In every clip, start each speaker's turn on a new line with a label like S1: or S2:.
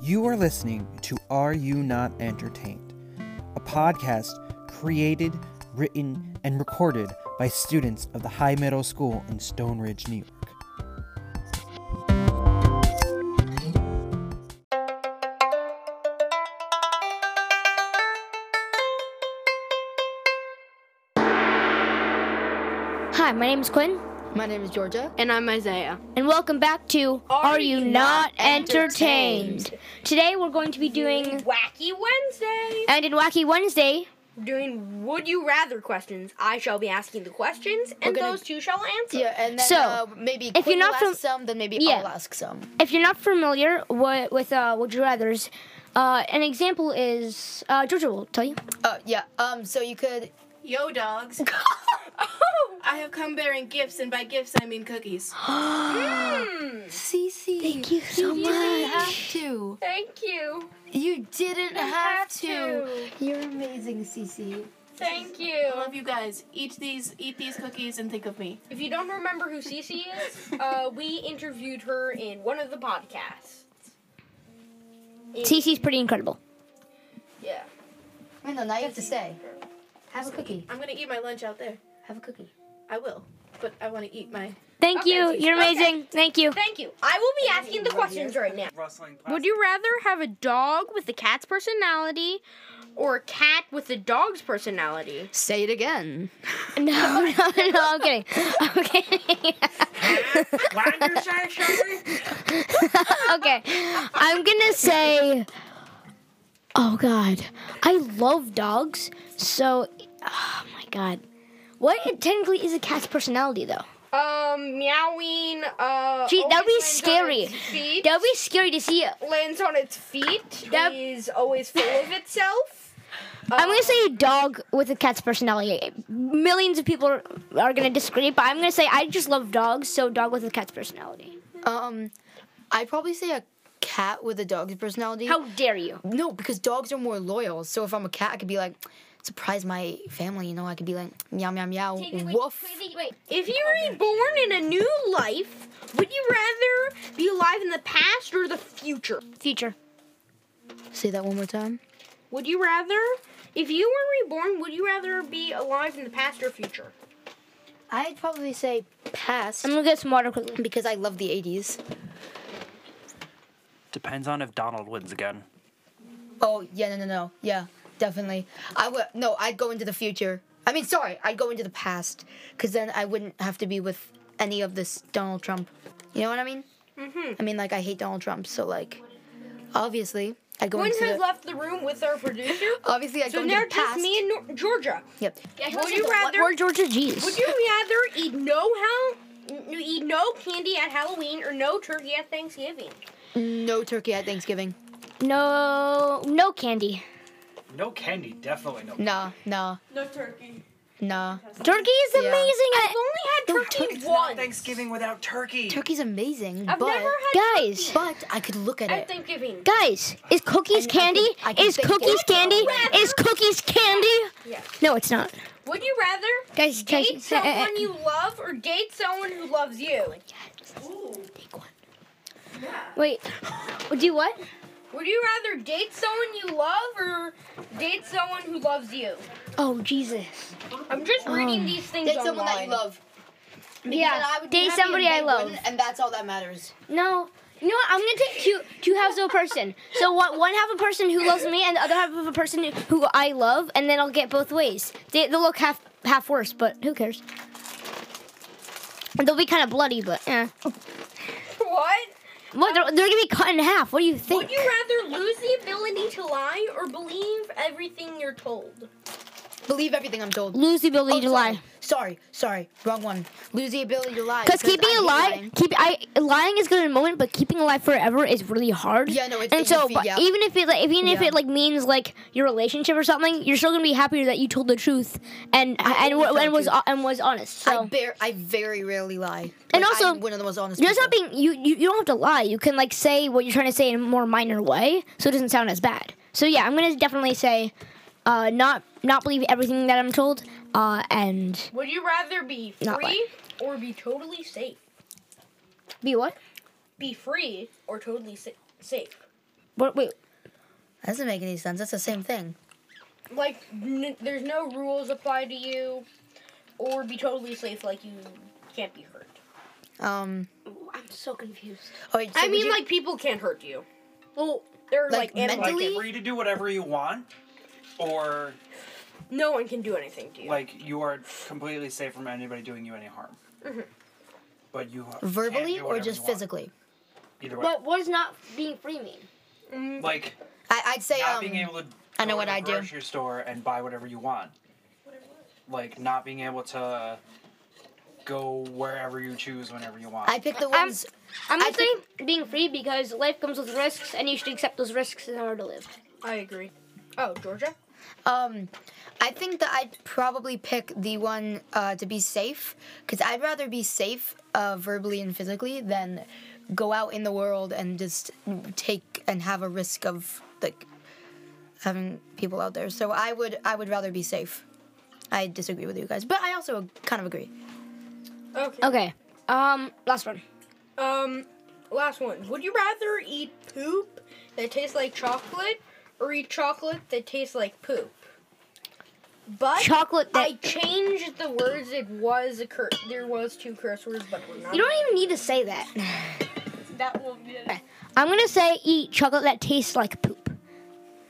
S1: You are listening to Are You Not Entertained, a podcast created, written, and recorded by students of the High Middle School in Stone Ridge, New York.
S2: Hi, my name is Quinn,
S3: My name is Georgia.
S4: And I'm Isaiah.
S2: and welcome back to Are, You Not Entertained? Today we're going to be doing
S4: Wacky Wednesday!
S2: and in Wacky Wednesday.
S4: We're doing Would You Rather questions. I shall be asking the questions, and
S3: gonna-
S4: those two shall answer.
S3: Yeah, and then
S2: So,
S3: uh, maybe
S2: if you're
S3: Quinn
S2: not
S3: will
S2: from-
S3: ask some, then maybe
S2: Yeah.
S3: I'll ask some.
S2: If you're not familiar wi- with uh, Would You Rather's, uh, an example is uh, Georgia will tell you.
S3: Uh, yeah. Um. So you could.
S5: Yo, dogs.
S4: Oh,
S5: I have come bearing gifts, and by gifts I mean cookies.
S6: Cece,
S2: Thank you so
S6: you didn't
S2: much.
S6: have to.
S4: Thank you.
S6: You didn't have to.
S3: You're amazing, Cece.
S4: Thank you.
S5: I love you guys. Eat these, eat these cookies, and think of me.
S4: If you don't remember who Cece is, uh, we interviewed her in one of the podcasts.
S2: Cece's pretty incredible.
S4: Yeah.
S3: Wait, no. Now you have to say.
S6: Have a cookie.
S5: I'm gonna eat my lunch out there.
S6: Have a cookie.
S5: I will, but I want to eat my.
S2: Thank
S4: Okay,
S2: you.
S4: Cece.
S2: You're
S4: Okay.
S2: amazing. Thank you.
S4: Thank you. I will be asking the questions right now. Would you rather have a dog with a cat's personality or a cat with a dog's personality?
S3: Say it again.
S2: No, no, no. I'm kidding. I'm kidding. okay, I'm gonna say. Oh God, I love dogs. So, oh my God, what it technically is a cat's personality though?
S4: Um, meowing. Uh,
S2: Gee, that'd be
S4: always lands on
S2: scary.
S4: its feet,
S2: That would be scary to see. it.
S4: lands on its feet.
S2: That-
S4: is always full of itself.
S2: I'm gonna say a dog with a cat's personality. Millions of people are, are gonna disagree, but I'm gonna say I just love dogs. So, dog with a cat's personality.
S3: Um, I probably say a cat with a dog's personality.
S2: How dare you?
S3: No, because dogs are more loyal. So if I'm a cat, I could be like, surprise my family. You know, I could be like, meow meow meow. Woof.
S4: If you were born in a new life, would you rather be alive in the past or the future?
S2: Future.
S3: Say that one more time.
S4: Would you rather, if you were reborn, would you rather be alive in the past or future?
S3: I'd probably say past
S2: I'm gonna get smarter quickly.
S3: because I love the 80s.
S7: Depends on if Donald wins again.
S3: Oh yeah, no, no, no, yeah, definitely. I would no, I'd go into the future. I mean, sorry, I'd go into the past, cause then I wouldn't have to be with any of this Donald Trump. You know what I mean? Mm-hmm. I mean, like I hate Donald Trump, so like, obviously, I'd go
S4: Quinn
S3: into
S4: has
S3: the,
S4: left the room with our producer,
S3: obviously I'd
S4: so
S3: go into
S4: now
S3: the
S4: just
S3: past.
S4: me and Nor- Georgia.
S3: yep.
S4: Would you rather?
S2: Or Georgia G's.
S4: Would you rather eat no hell, eat no candy at Halloween or no turkey at Thanksgiving?
S3: No turkey at Thanksgiving.
S2: No, no candy.
S8: No candy, definitely no.
S3: Nah, nah,
S5: No turkey.
S3: nah.
S2: Turkey is
S3: Yeah.
S2: amazing.
S4: I've only had turkey
S8: It's not
S4: once.
S8: Thanksgiving without turkey.
S3: Turkey's amazing,
S4: I've
S3: but
S4: never had
S2: Guys,
S3: but I could look at
S4: at
S3: it.
S4: Thanksgiving.
S2: guys, is cookies
S3: I can-
S2: candy?
S3: I can
S2: is
S3: think
S2: cookies
S3: it.
S2: candy? Is cookies candy?
S4: Yeah.
S2: No, it's not.
S4: Would you rather
S2: Guys,
S4: date
S3: uh,
S4: someone you love or date someone who loves you?
S2: wait. Do what?
S4: Would you rather date someone you love or date someone who loves you?
S2: Oh Jesus.
S4: I'm just reading these things
S3: Um, Date someone that
S4: online.
S3: you love. Because then
S2: yeah.
S3: I would be
S2: Date
S3: happy and
S2: somebody I
S3: they
S2: love.
S3: wouldn't, and that's all that matters.
S2: No. You know what? I'm gonna take two two halves of a person. So one one half a person who loves me, and the other half of a person who I love, and then I'll get both ways. They they'll look half half worse, but who cares? They'll be kind of bloody, but eh.
S4: What?
S2: What? They're, they're gonna be cut in half. What do you think?
S4: Would you rather lose the ability to lie or believe everything you're told?
S3: Believe everything I'm told.
S2: Lose the ability
S3: Oh,
S2: to
S3: sorry.
S2: lie.
S3: Sorry, sorry, wrong one. Lose the ability to lie.
S2: Because keeping
S3: I
S2: a
S3: hate
S2: lie,
S3: lying.
S2: keep I lying is good in a moment, but keeping alive forever is really hard.
S3: Yeah, no, it's-
S2: and
S3: it's
S2: so
S3: iffy,
S2: but
S3: yeah.
S2: even if it like, even if
S3: Yeah.
S2: it like means like your relationship or something, you're still gonna be happier that you told the truth and and
S3: always
S2: and,
S3: tell
S2: and
S3: the
S2: was
S3: truth.
S2: and was honest. So
S3: I bare, I very rarely lie.
S2: Oh. And
S3: Like,
S2: also,
S3: I'm one of the most honest.
S2: you're just not
S3: people.
S2: being you, you you don't have to lie. You can like say what you're trying to say in a more minor way, so it doesn't sound as bad. So yeah, I'm gonna definitely say, uh, not not believe everything that I'm told, uh, and
S4: Would you rather be
S2: Not
S4: free or be totally safe?
S2: be what?
S4: Be free or totally sa- safe?
S2: What? Wait.
S3: That doesn't make any sense. That's the same thing.
S4: Like, n- there's no rules apply to you, or be totally safe. Like you can't be hurt.
S3: Um.
S4: I'm so confused.
S3: Oh, wait, so
S4: I
S3: would
S4: mean,
S3: you-
S4: like people can't hurt you. Well, they're
S3: Like,
S4: like, animals.
S8: Like,
S3: mentally?
S8: free to do whatever you want, or
S4: No one can do anything to you.
S8: like you are completely safe from anybody doing you any harm. But you can't do
S3: Mm-hmm. verbally or
S8: whatever you
S3: just
S8: want.
S3: physically.
S8: Either way,
S2: What? What does not being free mean?
S8: like
S3: I, I'd say
S8: not
S3: um.
S8: being able to.
S3: I know
S8: go
S3: what
S8: to the
S3: I do.
S8: Grocery store and buy whatever you want. Like not being able to go wherever you choose whenever you want.
S3: I pick the ones.
S2: I'm
S3: I
S2: gonna say being free because life comes with risks, and you should accept those risks in order to live.
S4: I agree. Oh, Georgia.
S3: um, I think that I'd probably pick the one uh, to be safe, because I'd rather be safe uh, verbally and physically than go out in the world and just take and have a risk of like having people out there. So I would I would rather be safe. I disagree with you guys, but I also kind of agree.
S4: Okay.
S2: Okay. Um. Last one.
S4: Um, last one. Would you rather eat poop that tastes like chocolate or eat chocolate that tastes like poop? But
S2: Chocolate that-
S4: I changed the words. It was a cur- there was two curse words, but we're not.
S2: You don't even need to say that.
S4: that won't be.
S2: Okay. I'm gonna say eat chocolate that tastes like poop.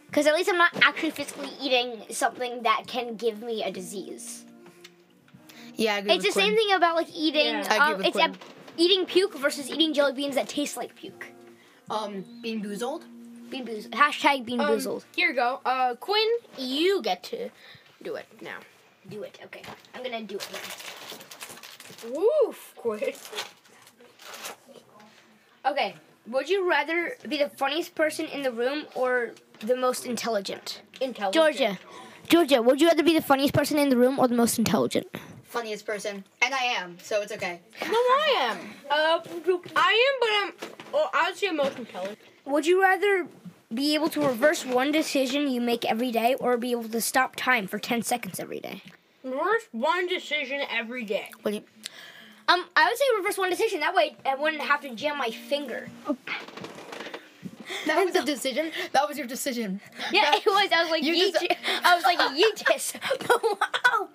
S2: Because at least I'm not actually physically eating something that can give me a disease.
S3: Yeah, I agree.
S2: it's the
S3: with
S2: same
S3: Quinn.
S2: thing about like eating.
S4: Yeah.
S3: I agree
S2: Um,
S3: with
S2: it's a,
S3: Quinn.
S2: eating puke versus eating jelly beans that taste like puke.
S3: Um, being boozled.
S2: Bean boozled. Hashtag bean
S4: Um,
S2: boozled.
S4: here you go. Uh, Quinn, you get to do it now.
S2: Do it. Okay. I'm gonna do it.
S4: Woof, Quinn.
S2: Okay. Would you rather be the funniest person in the room or the most intelligent?
S4: Intelligent.
S2: Georgia. Georgia, would you rather be the funniest person in the room or the most intelligent?
S3: Funniest person, and I am, so it's okay.
S4: No, I am. Uh, I am, but I'm. Oh, I would say most intelligent.
S2: Would you rather be able to reverse one decision you make every day or be able to stop time for 10 seconds every day?
S4: Worth one decision every day.
S3: What do you?
S2: Um, I would say reverse one decision. That way I wouldn't have to jam my finger.
S3: That was a decision. That was your decision.
S2: Yeah, it was. I was like,
S3: You
S2: yeet.
S3: just-
S2: I was like, yeetus. wow.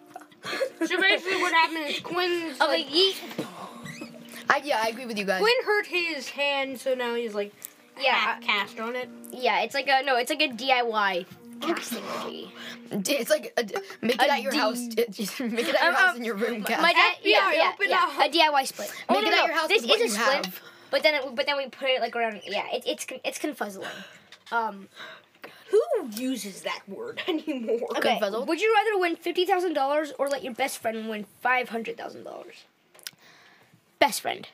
S4: So basically, what happened is Quinn's
S2: I was
S4: like,
S2: like, yeet.
S3: I, yeah, I agree with you guys.
S4: Quinn hurt his hand, so now he's like,
S2: Yeah.
S4: yeah, cast on it.
S2: Yeah, it's like a, no, it's like a DIY casting movie.
S3: D- It's like a d make it
S2: A
S3: at your house.
S2: D.
S3: Just make it at your
S2: Um,
S3: house
S2: um,
S3: in your room, Cass.
S2: My dad, yeah,
S4: FBI,
S2: yeah,
S4: open
S2: yeah,
S4: up.
S2: a DIY split.
S3: Make it at your house
S2: This
S3: with what
S2: is a
S3: you
S2: split,
S3: have.
S2: but then it, but then we put it like around. Yeah, it, it's con- it's confuzzling. Um,
S4: Who uses that word anymore?
S2: Okay.
S3: Confuzzled?
S2: Would you rather win fifty thousand dollars or let your best friend win five hundred thousand dollars? Best friend.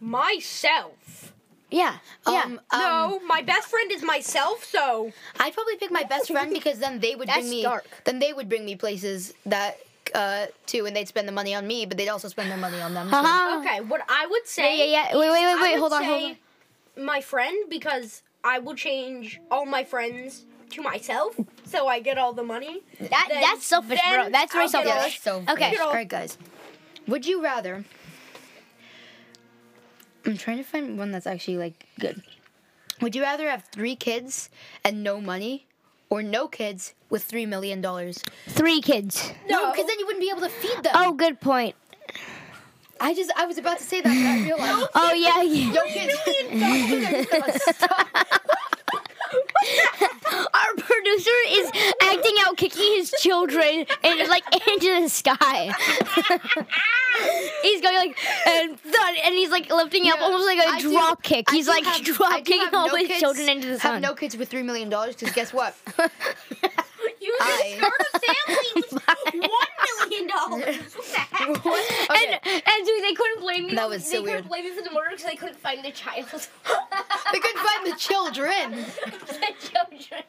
S4: Myself.
S2: Yeah.
S3: um, um,
S4: no, my best friend is myself, so
S3: I'd probably pick my best friend because then they would bring
S2: That's
S3: me.
S2: dark.
S3: Then they would bring me places that uh too, and they'd spend the money on me, but they'd also spend their money on them. so-
S4: okay. What I would say,
S2: Yeah, yeah, yeah. Wait, wait, wait,
S4: I
S2: wait.
S4: would
S2: Hold on,
S4: say
S2: hold on.
S4: My friend, because I will change all my friends to myself, so I get all the money.
S2: That
S4: then-
S2: that's selfish, bro.
S4: then
S2: That's very
S4: I'll get
S3: Yeah,
S4: all-
S2: selfish.
S3: that's so.
S2: Okay.
S3: All right, guys. Would you rather? I'm trying to find one that's actually like good. Would you rather have three kids and no money, or no kids with three million dollars?
S2: Three kids.
S3: No, because then you wouldn't be able to feed them.
S2: Oh, good point.
S3: I just I was about to say that, but I realized.
S2: Oh yeah. yeah.
S3: Yo, kids, kids are just gonna stop.
S2: Our producer is acting out, kicking his children and like into the sky. he's going like and thud, and he's like lifting up
S3: Yeah,
S2: almost like a
S3: I do-
S2: drop kick.
S3: I
S2: He's
S3: do
S2: like
S3: have- I
S2: drop
S3: do have
S2: kicking all
S3: no
S2: his
S3: kids-
S2: children into the sun.
S3: Have no kids with three million dollars because guess what?
S4: You
S3: I-
S4: just start a family with one million dollars. What the heck?
S3: Okay.
S2: And and dude, they couldn't blame me.
S3: That was
S2: they
S3: so
S2: couldn't
S3: weird.
S2: blame me for the murder because they couldn't find the child.
S3: they couldn't find the children.
S2: the children.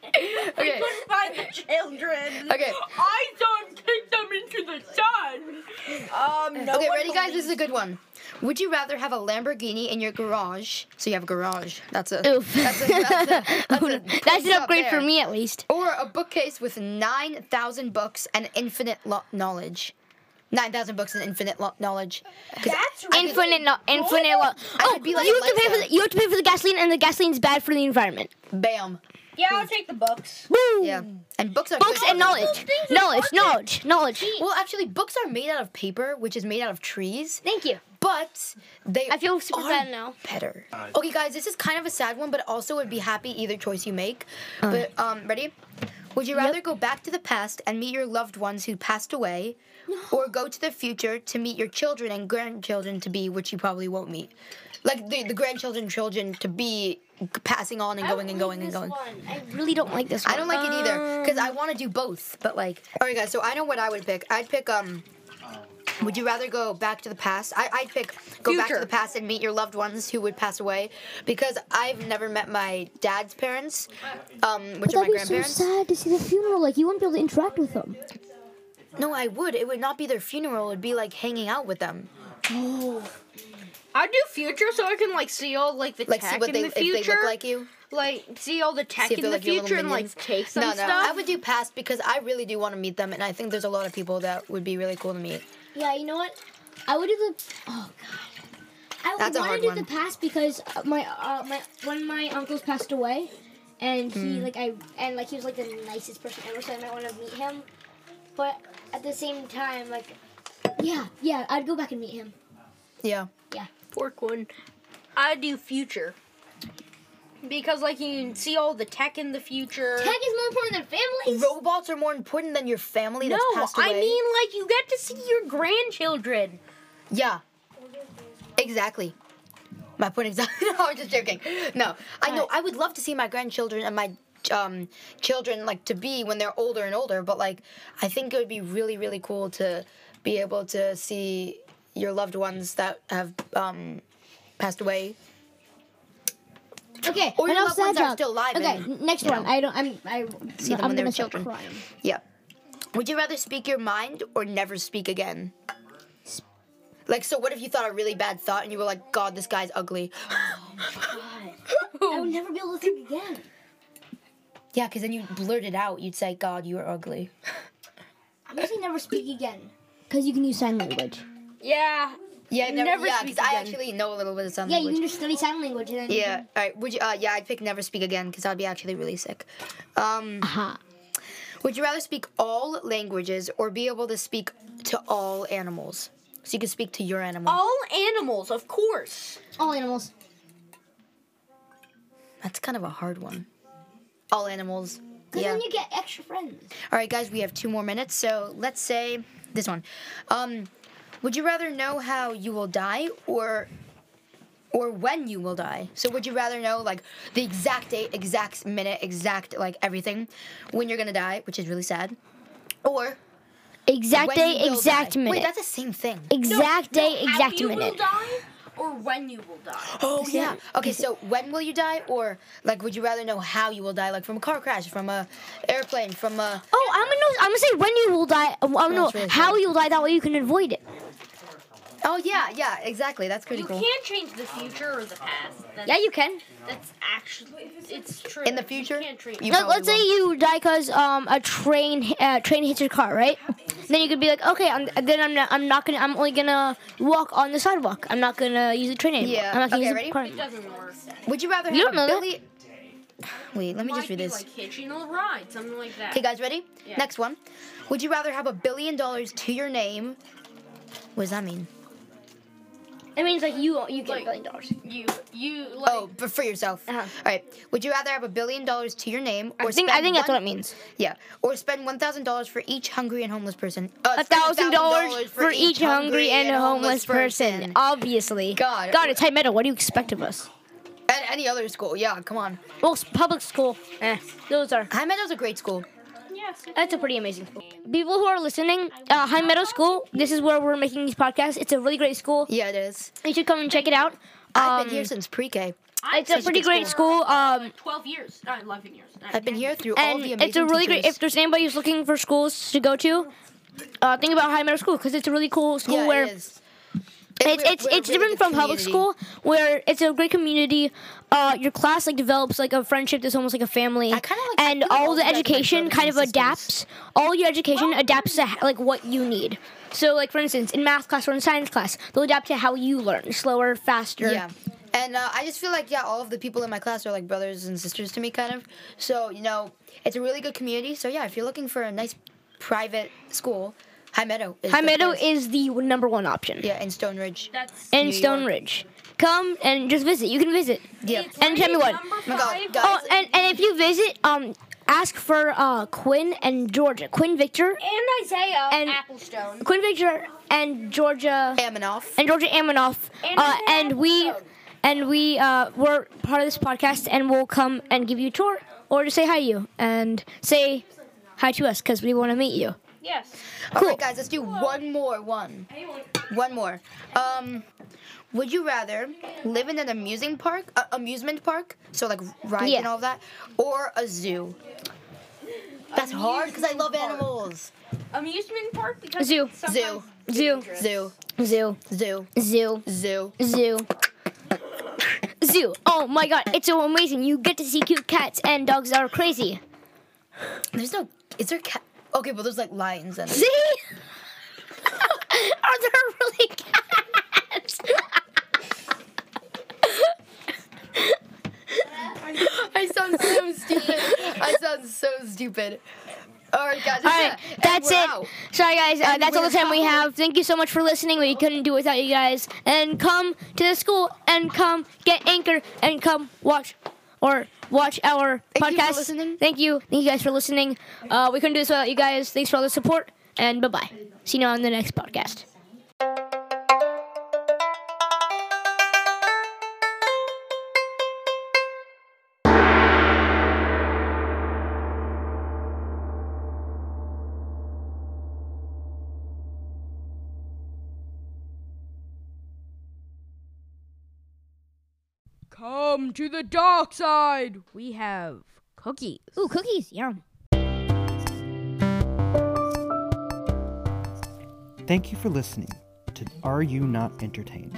S3: Okay,
S4: By the children.
S3: okay,
S4: I don't take them into the sun. Um, no
S3: okay.
S4: one
S3: Ready, guys? This is a good one. Would you rather have a Lamborghini in your garage? So you have a garage. That's a
S2: Oof.
S3: That's, a, that's, a, that's, a
S2: That's
S3: place
S2: an
S3: up
S2: upgrade for
S3: there.
S2: me at least.
S3: Or a bookcase with nine thousand books and infinite lo- knowledge. nine thousand books and infinite lo- knowledge. 'Cause
S4: That's right.
S2: Infinite, no, infinite. Lo- oh,
S3: could be like
S2: you have to pay for
S3: Alexa.
S2: the, you have to pay for the gasoline, and the gasoline's bad for the environment.
S3: Bam.
S4: Yeah, I'll take the books.
S3: Yeah. And books are
S2: Books and knowledge, knowledge, knowledge, knowledge.
S3: Well, actually, books are made out of paper, which is made out of trees,
S2: Thank you.
S3: but they
S2: I feel super
S3: are
S2: bad now.
S3: better. Okay, guys, this is kind of a sad one, but also would be happy either choice you make.
S2: Uh.
S3: But um, ready? Would you rather go back to the past and meet your loved ones who passed away, or go to the future to meet your children and grandchildren to be, which you probably won't meet? Like the, the grandchildren, children to be g- passing on and going and going and going.
S2: I really don't like this one.
S3: I don't like it either because
S4: Um.
S3: I want to do both. But like, all right, guys. So I know what I would pick. I'd pick um. Would you rather go back to the past? I, I'd pick go back to
S4: Future.
S3: the past and meet your loved ones who would pass away, because I've never met my dad's parents, um, which are my
S2: That'd be so
S3: grandparents.
S2: sad to see the funeral. Like you wouldn't be able to interact with them.
S3: no, I would. It would not be their funeral. It'd be like hanging out with them.
S4: I'll do future so I can like see all like the
S3: Like
S4: tech
S3: see what
S4: in
S3: they
S4: the
S3: if they
S4: future.
S3: look like you.
S4: Like, see all the tech
S3: See if
S4: in
S3: they're
S4: the
S3: like your little
S4: future and like
S3: minions.
S4: take some
S3: No, no.
S4: stuff.
S3: I would do past because I really do want to meet them, and I think there's a lot of people that would be really cool to meet.
S6: Yeah, you know what? I would do the. Oh God. I
S3: That's a
S6: want
S3: hard
S6: to do
S3: one.
S6: the past because uh, my uh, my one of my uncles passed away, and
S2: Hmm.
S6: he like I and like he was like the nicest person ever, so I might want to meet him. But at the same time, like, yeah, yeah, I'd go back and meet him.
S3: Yeah.
S4: Fork one. I do future. Because like you can see all the tech in the future.
S6: Tech is more important than families.
S3: Robots are more important than your family
S4: no,
S3: that's passed away.
S4: I mean like you get to see your grandchildren.
S3: Yeah. Exactly. My point exactly. no, I'm just joking. No, I know. I would love to see my grandchildren and my um, children like to be when they're older and older. But like, I think it would be really, really cool to be able to see your loved ones that have um, passed away.
S6: Okay,
S3: Or your
S6: enough
S3: loved ones
S6: sad
S3: are
S6: talk.
S3: still alive
S6: Okay,
S3: and,
S6: n- next one. I don't. I'm. I
S3: See them
S6: I'm
S3: when they were
S6: gonna start
S3: children.
S6: Crying.
S3: Yeah. Would you rather speak your mind or never speak again? Like, so what if you thought a really bad thought and you were like, God, this guy's ugly?
S2: Oh.
S6: I would never be able to think again.
S3: Yeah, because then you blurt it out. You'd say, God, you are ugly.
S6: I'm gonna say never speak again, because you can use sign language.
S4: Yeah.
S3: Yeah, never,
S4: Never
S3: yeah,
S4: speak
S3: because I
S4: again.
S3: actually know a little bit of sign
S6: Yeah, you
S3: language.
S6: can just study sign language and then.
S3: yeah, all right. Would you? Uh, yeah, I'd pick never speak again because I'd be actually really sick. Um,
S2: Uh-huh.
S6: Aha.
S3: would you rather speak all languages or be able to speak to all animals? So you could speak to your animal.
S4: All animals, of course.
S6: All animals.
S3: That's kind of a hard one. All animals.
S6: Because
S3: Yeah.
S6: then you get extra friends.
S3: All right, guys, we have two more minutes, so let's say this one. Um, would you rather know how you will die or or when you will die? So would you rather know like the exact date, exact minute, exact like everything when you're gonna die, which is really sad, or
S2: Exact
S3: when
S2: day,
S3: you will
S2: exact
S3: die.
S2: minute.
S3: Wait, that's the same thing.
S2: exact day, exact
S4: How you
S2: minute.
S4: will die or when you will die.
S3: Oh yeah. Okay, so when will you die, or like would you rather know how you will die, like from a car crash, from a airplane, from a
S2: Oh, I'm gonna know, I'm gonna say when you will die. Oh no,
S3: it's really
S2: how
S3: sad.
S2: you'll die. That way you can avoid it.
S3: oh yeah, yeah, exactly. That's pretty
S4: You
S3: cool.
S4: can't change the future or the past. That's,
S2: Yeah, you can.
S4: that's actually it's true.
S3: In the future,
S4: you can't change.
S3: you
S2: Let,
S3: probably
S2: let's say
S3: will.
S2: you die because um a train hi- uh, train hits your car, right? Then you could be like, okay, I'm, then I'm not, I'm not gonna I'm only gonna walk on the sidewalk. I'm not gonna use the train anymore.
S3: Yeah,
S2: I'm not gonna
S3: okay,
S2: use
S3: ready?
S2: the car.
S4: it
S2: anymore.
S4: doesn't work.
S3: Would you rather
S2: You
S3: have
S2: don't
S3: a
S2: know that?
S3: Billy? Wait, let me just
S4: Might
S3: read
S4: be
S3: this.
S4: like hitching a ride, something like that.
S3: okay, guys, ready? Next one. Would you rather have a billion dollars to your name? What does that mean?
S2: It means like you you get
S4: Like-
S2: a billion dollars.
S4: You you like
S3: Oh, but for yourself.
S2: Uh-huh.
S3: All right. Would you rather have a billion dollars to your name, or
S2: I think I
S3: spend
S2: think that's
S3: one-
S2: what it means.
S3: Yeah, or spend one thousand dollars for each hungry and homeless person. Uh,
S2: A
S3: spend
S2: thousand dollars for each hungry and homeless person. Uh, Obviously.
S3: God.
S2: God, it's high metal. What do you expect of us?
S3: At any other school, yeah. Come on,
S2: Well, s- public school. Eh, those are.
S3: High Meadow's a great school.
S2: That's a pretty amazing school. People who are listening, uh, High Meadow School. This is where we're making these podcasts. It's a really great school.
S3: Yeah, it is.
S2: You should come and check it out.
S3: I've
S2: Um,
S3: been here since pre-K.
S2: It's a pretty great school. Um,
S4: twelve years, uh, eleven years. Uh,
S3: I've been here through all
S2: and
S3: the amazing
S2: it's a really great.
S3: teachers.
S2: If there's anybody who's looking for schools to go to, uh, think about High Meadow School because it's a really cool school
S3: yeah,
S2: where
S3: it is.
S2: It's
S3: we're-
S2: it's,
S3: we're a
S2: it's
S3: really
S2: different
S3: good
S2: from public
S3: community.
S2: school where it's a great community. Uh, your class like develops like a friendship that's almost like a family,
S3: I kinda like- I
S2: and
S3: feel like
S2: all
S3: all
S2: the
S3: of that, like,
S2: education
S3: brothers
S2: kind of
S3: and sisters.
S2: adapts. All your education adapts to ha- like what you need. So like for instance, in math class or in science class, they'll adapt to how you learn, slower, faster.
S3: Yeah. And uh, I just feel like, yeah, all of the people in my class are like brothers and sisters to me, kind of. So, you know, it's a really good community. So, yeah, if you're looking for a nice private school, High Meadow is.
S2: High
S3: the
S2: Meadow
S3: place.
S2: is the number one option.
S3: Yeah, in Stone Ridge.
S5: That's
S2: And
S3: New
S2: Stone
S3: York.
S2: Ridge. Come and just visit. You can visit.
S3: Yeah.
S2: And tell me what.
S3: Oh my god, guys.
S2: Oh, and, and if you visit, um, ask for uh, Quinn and Georgia. Quinn Victor,
S6: And Isaiah
S2: And-
S6: Applestone.
S2: Quinn Victor, and Georgia,
S3: Aminoff.
S2: and Georgia Amanoff.
S6: And
S2: Uh,
S6: Isaiah
S2: and we,
S6: Applestone.
S2: and we uh, were part of this podcast, and we'll come and give you a tour, or just say hi to you and say hi to us because we want to meet you.
S5: yes.
S3: All right, guys, let's do one more one. One more. Um, would you rather live in an amusing park, uh, amusement park, so like rides
S2: Yeah.
S3: and all of that, or a zoo? That's hard because I love animals.
S5: Amusement park because
S2: Zoo.
S5: it's sometimes
S3: Zoo,
S2: Zoo,
S5: dangerous.
S3: zoo,
S2: zoo,
S3: zoo,
S2: zoo.
S3: zoo.
S2: zoo. Zoo. Oh my god, it's so amazing. You get to see cute cats and dogs that are crazy.
S3: There's no. Is there cat? Okay, but there's like lions and.
S2: See? are there really cats?
S3: I sound so stupid. I sound so stupid. All right, guys.
S2: all right,
S3: yeah, and
S2: that's
S3: we're
S2: it.
S3: out.
S2: Sorry, guys, uh,
S3: And
S2: that's all
S3: we're
S2: the time we
S3: out.
S2: have. Thank you so much for listening. We couldn't do it without you guys. And come to the school and come get anchor and come watch or watch our
S3: Thank you for
S2: podcast.
S3: listening.
S2: Thank you. Thank you guys for listening. Uh, we couldn't do this without you guys. Thanks for all the support and bye bye. See you on the next podcast.
S9: Come to the dark side. We have cookies.
S6: Ooh, cookies. Yum.
S1: Thank you for listening to Are You Not Entertained,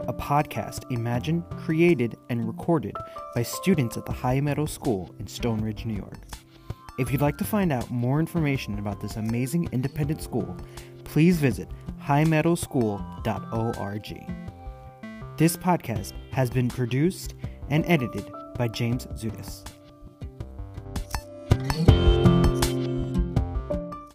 S1: a podcast imagined, created, and recorded by students at the High Meadow School in Stone Ridge, New York. If you'd like to find out more information about this amazing independent school, please visit highmeadowschool.org. This podcast has been produced and edited by James Zudis.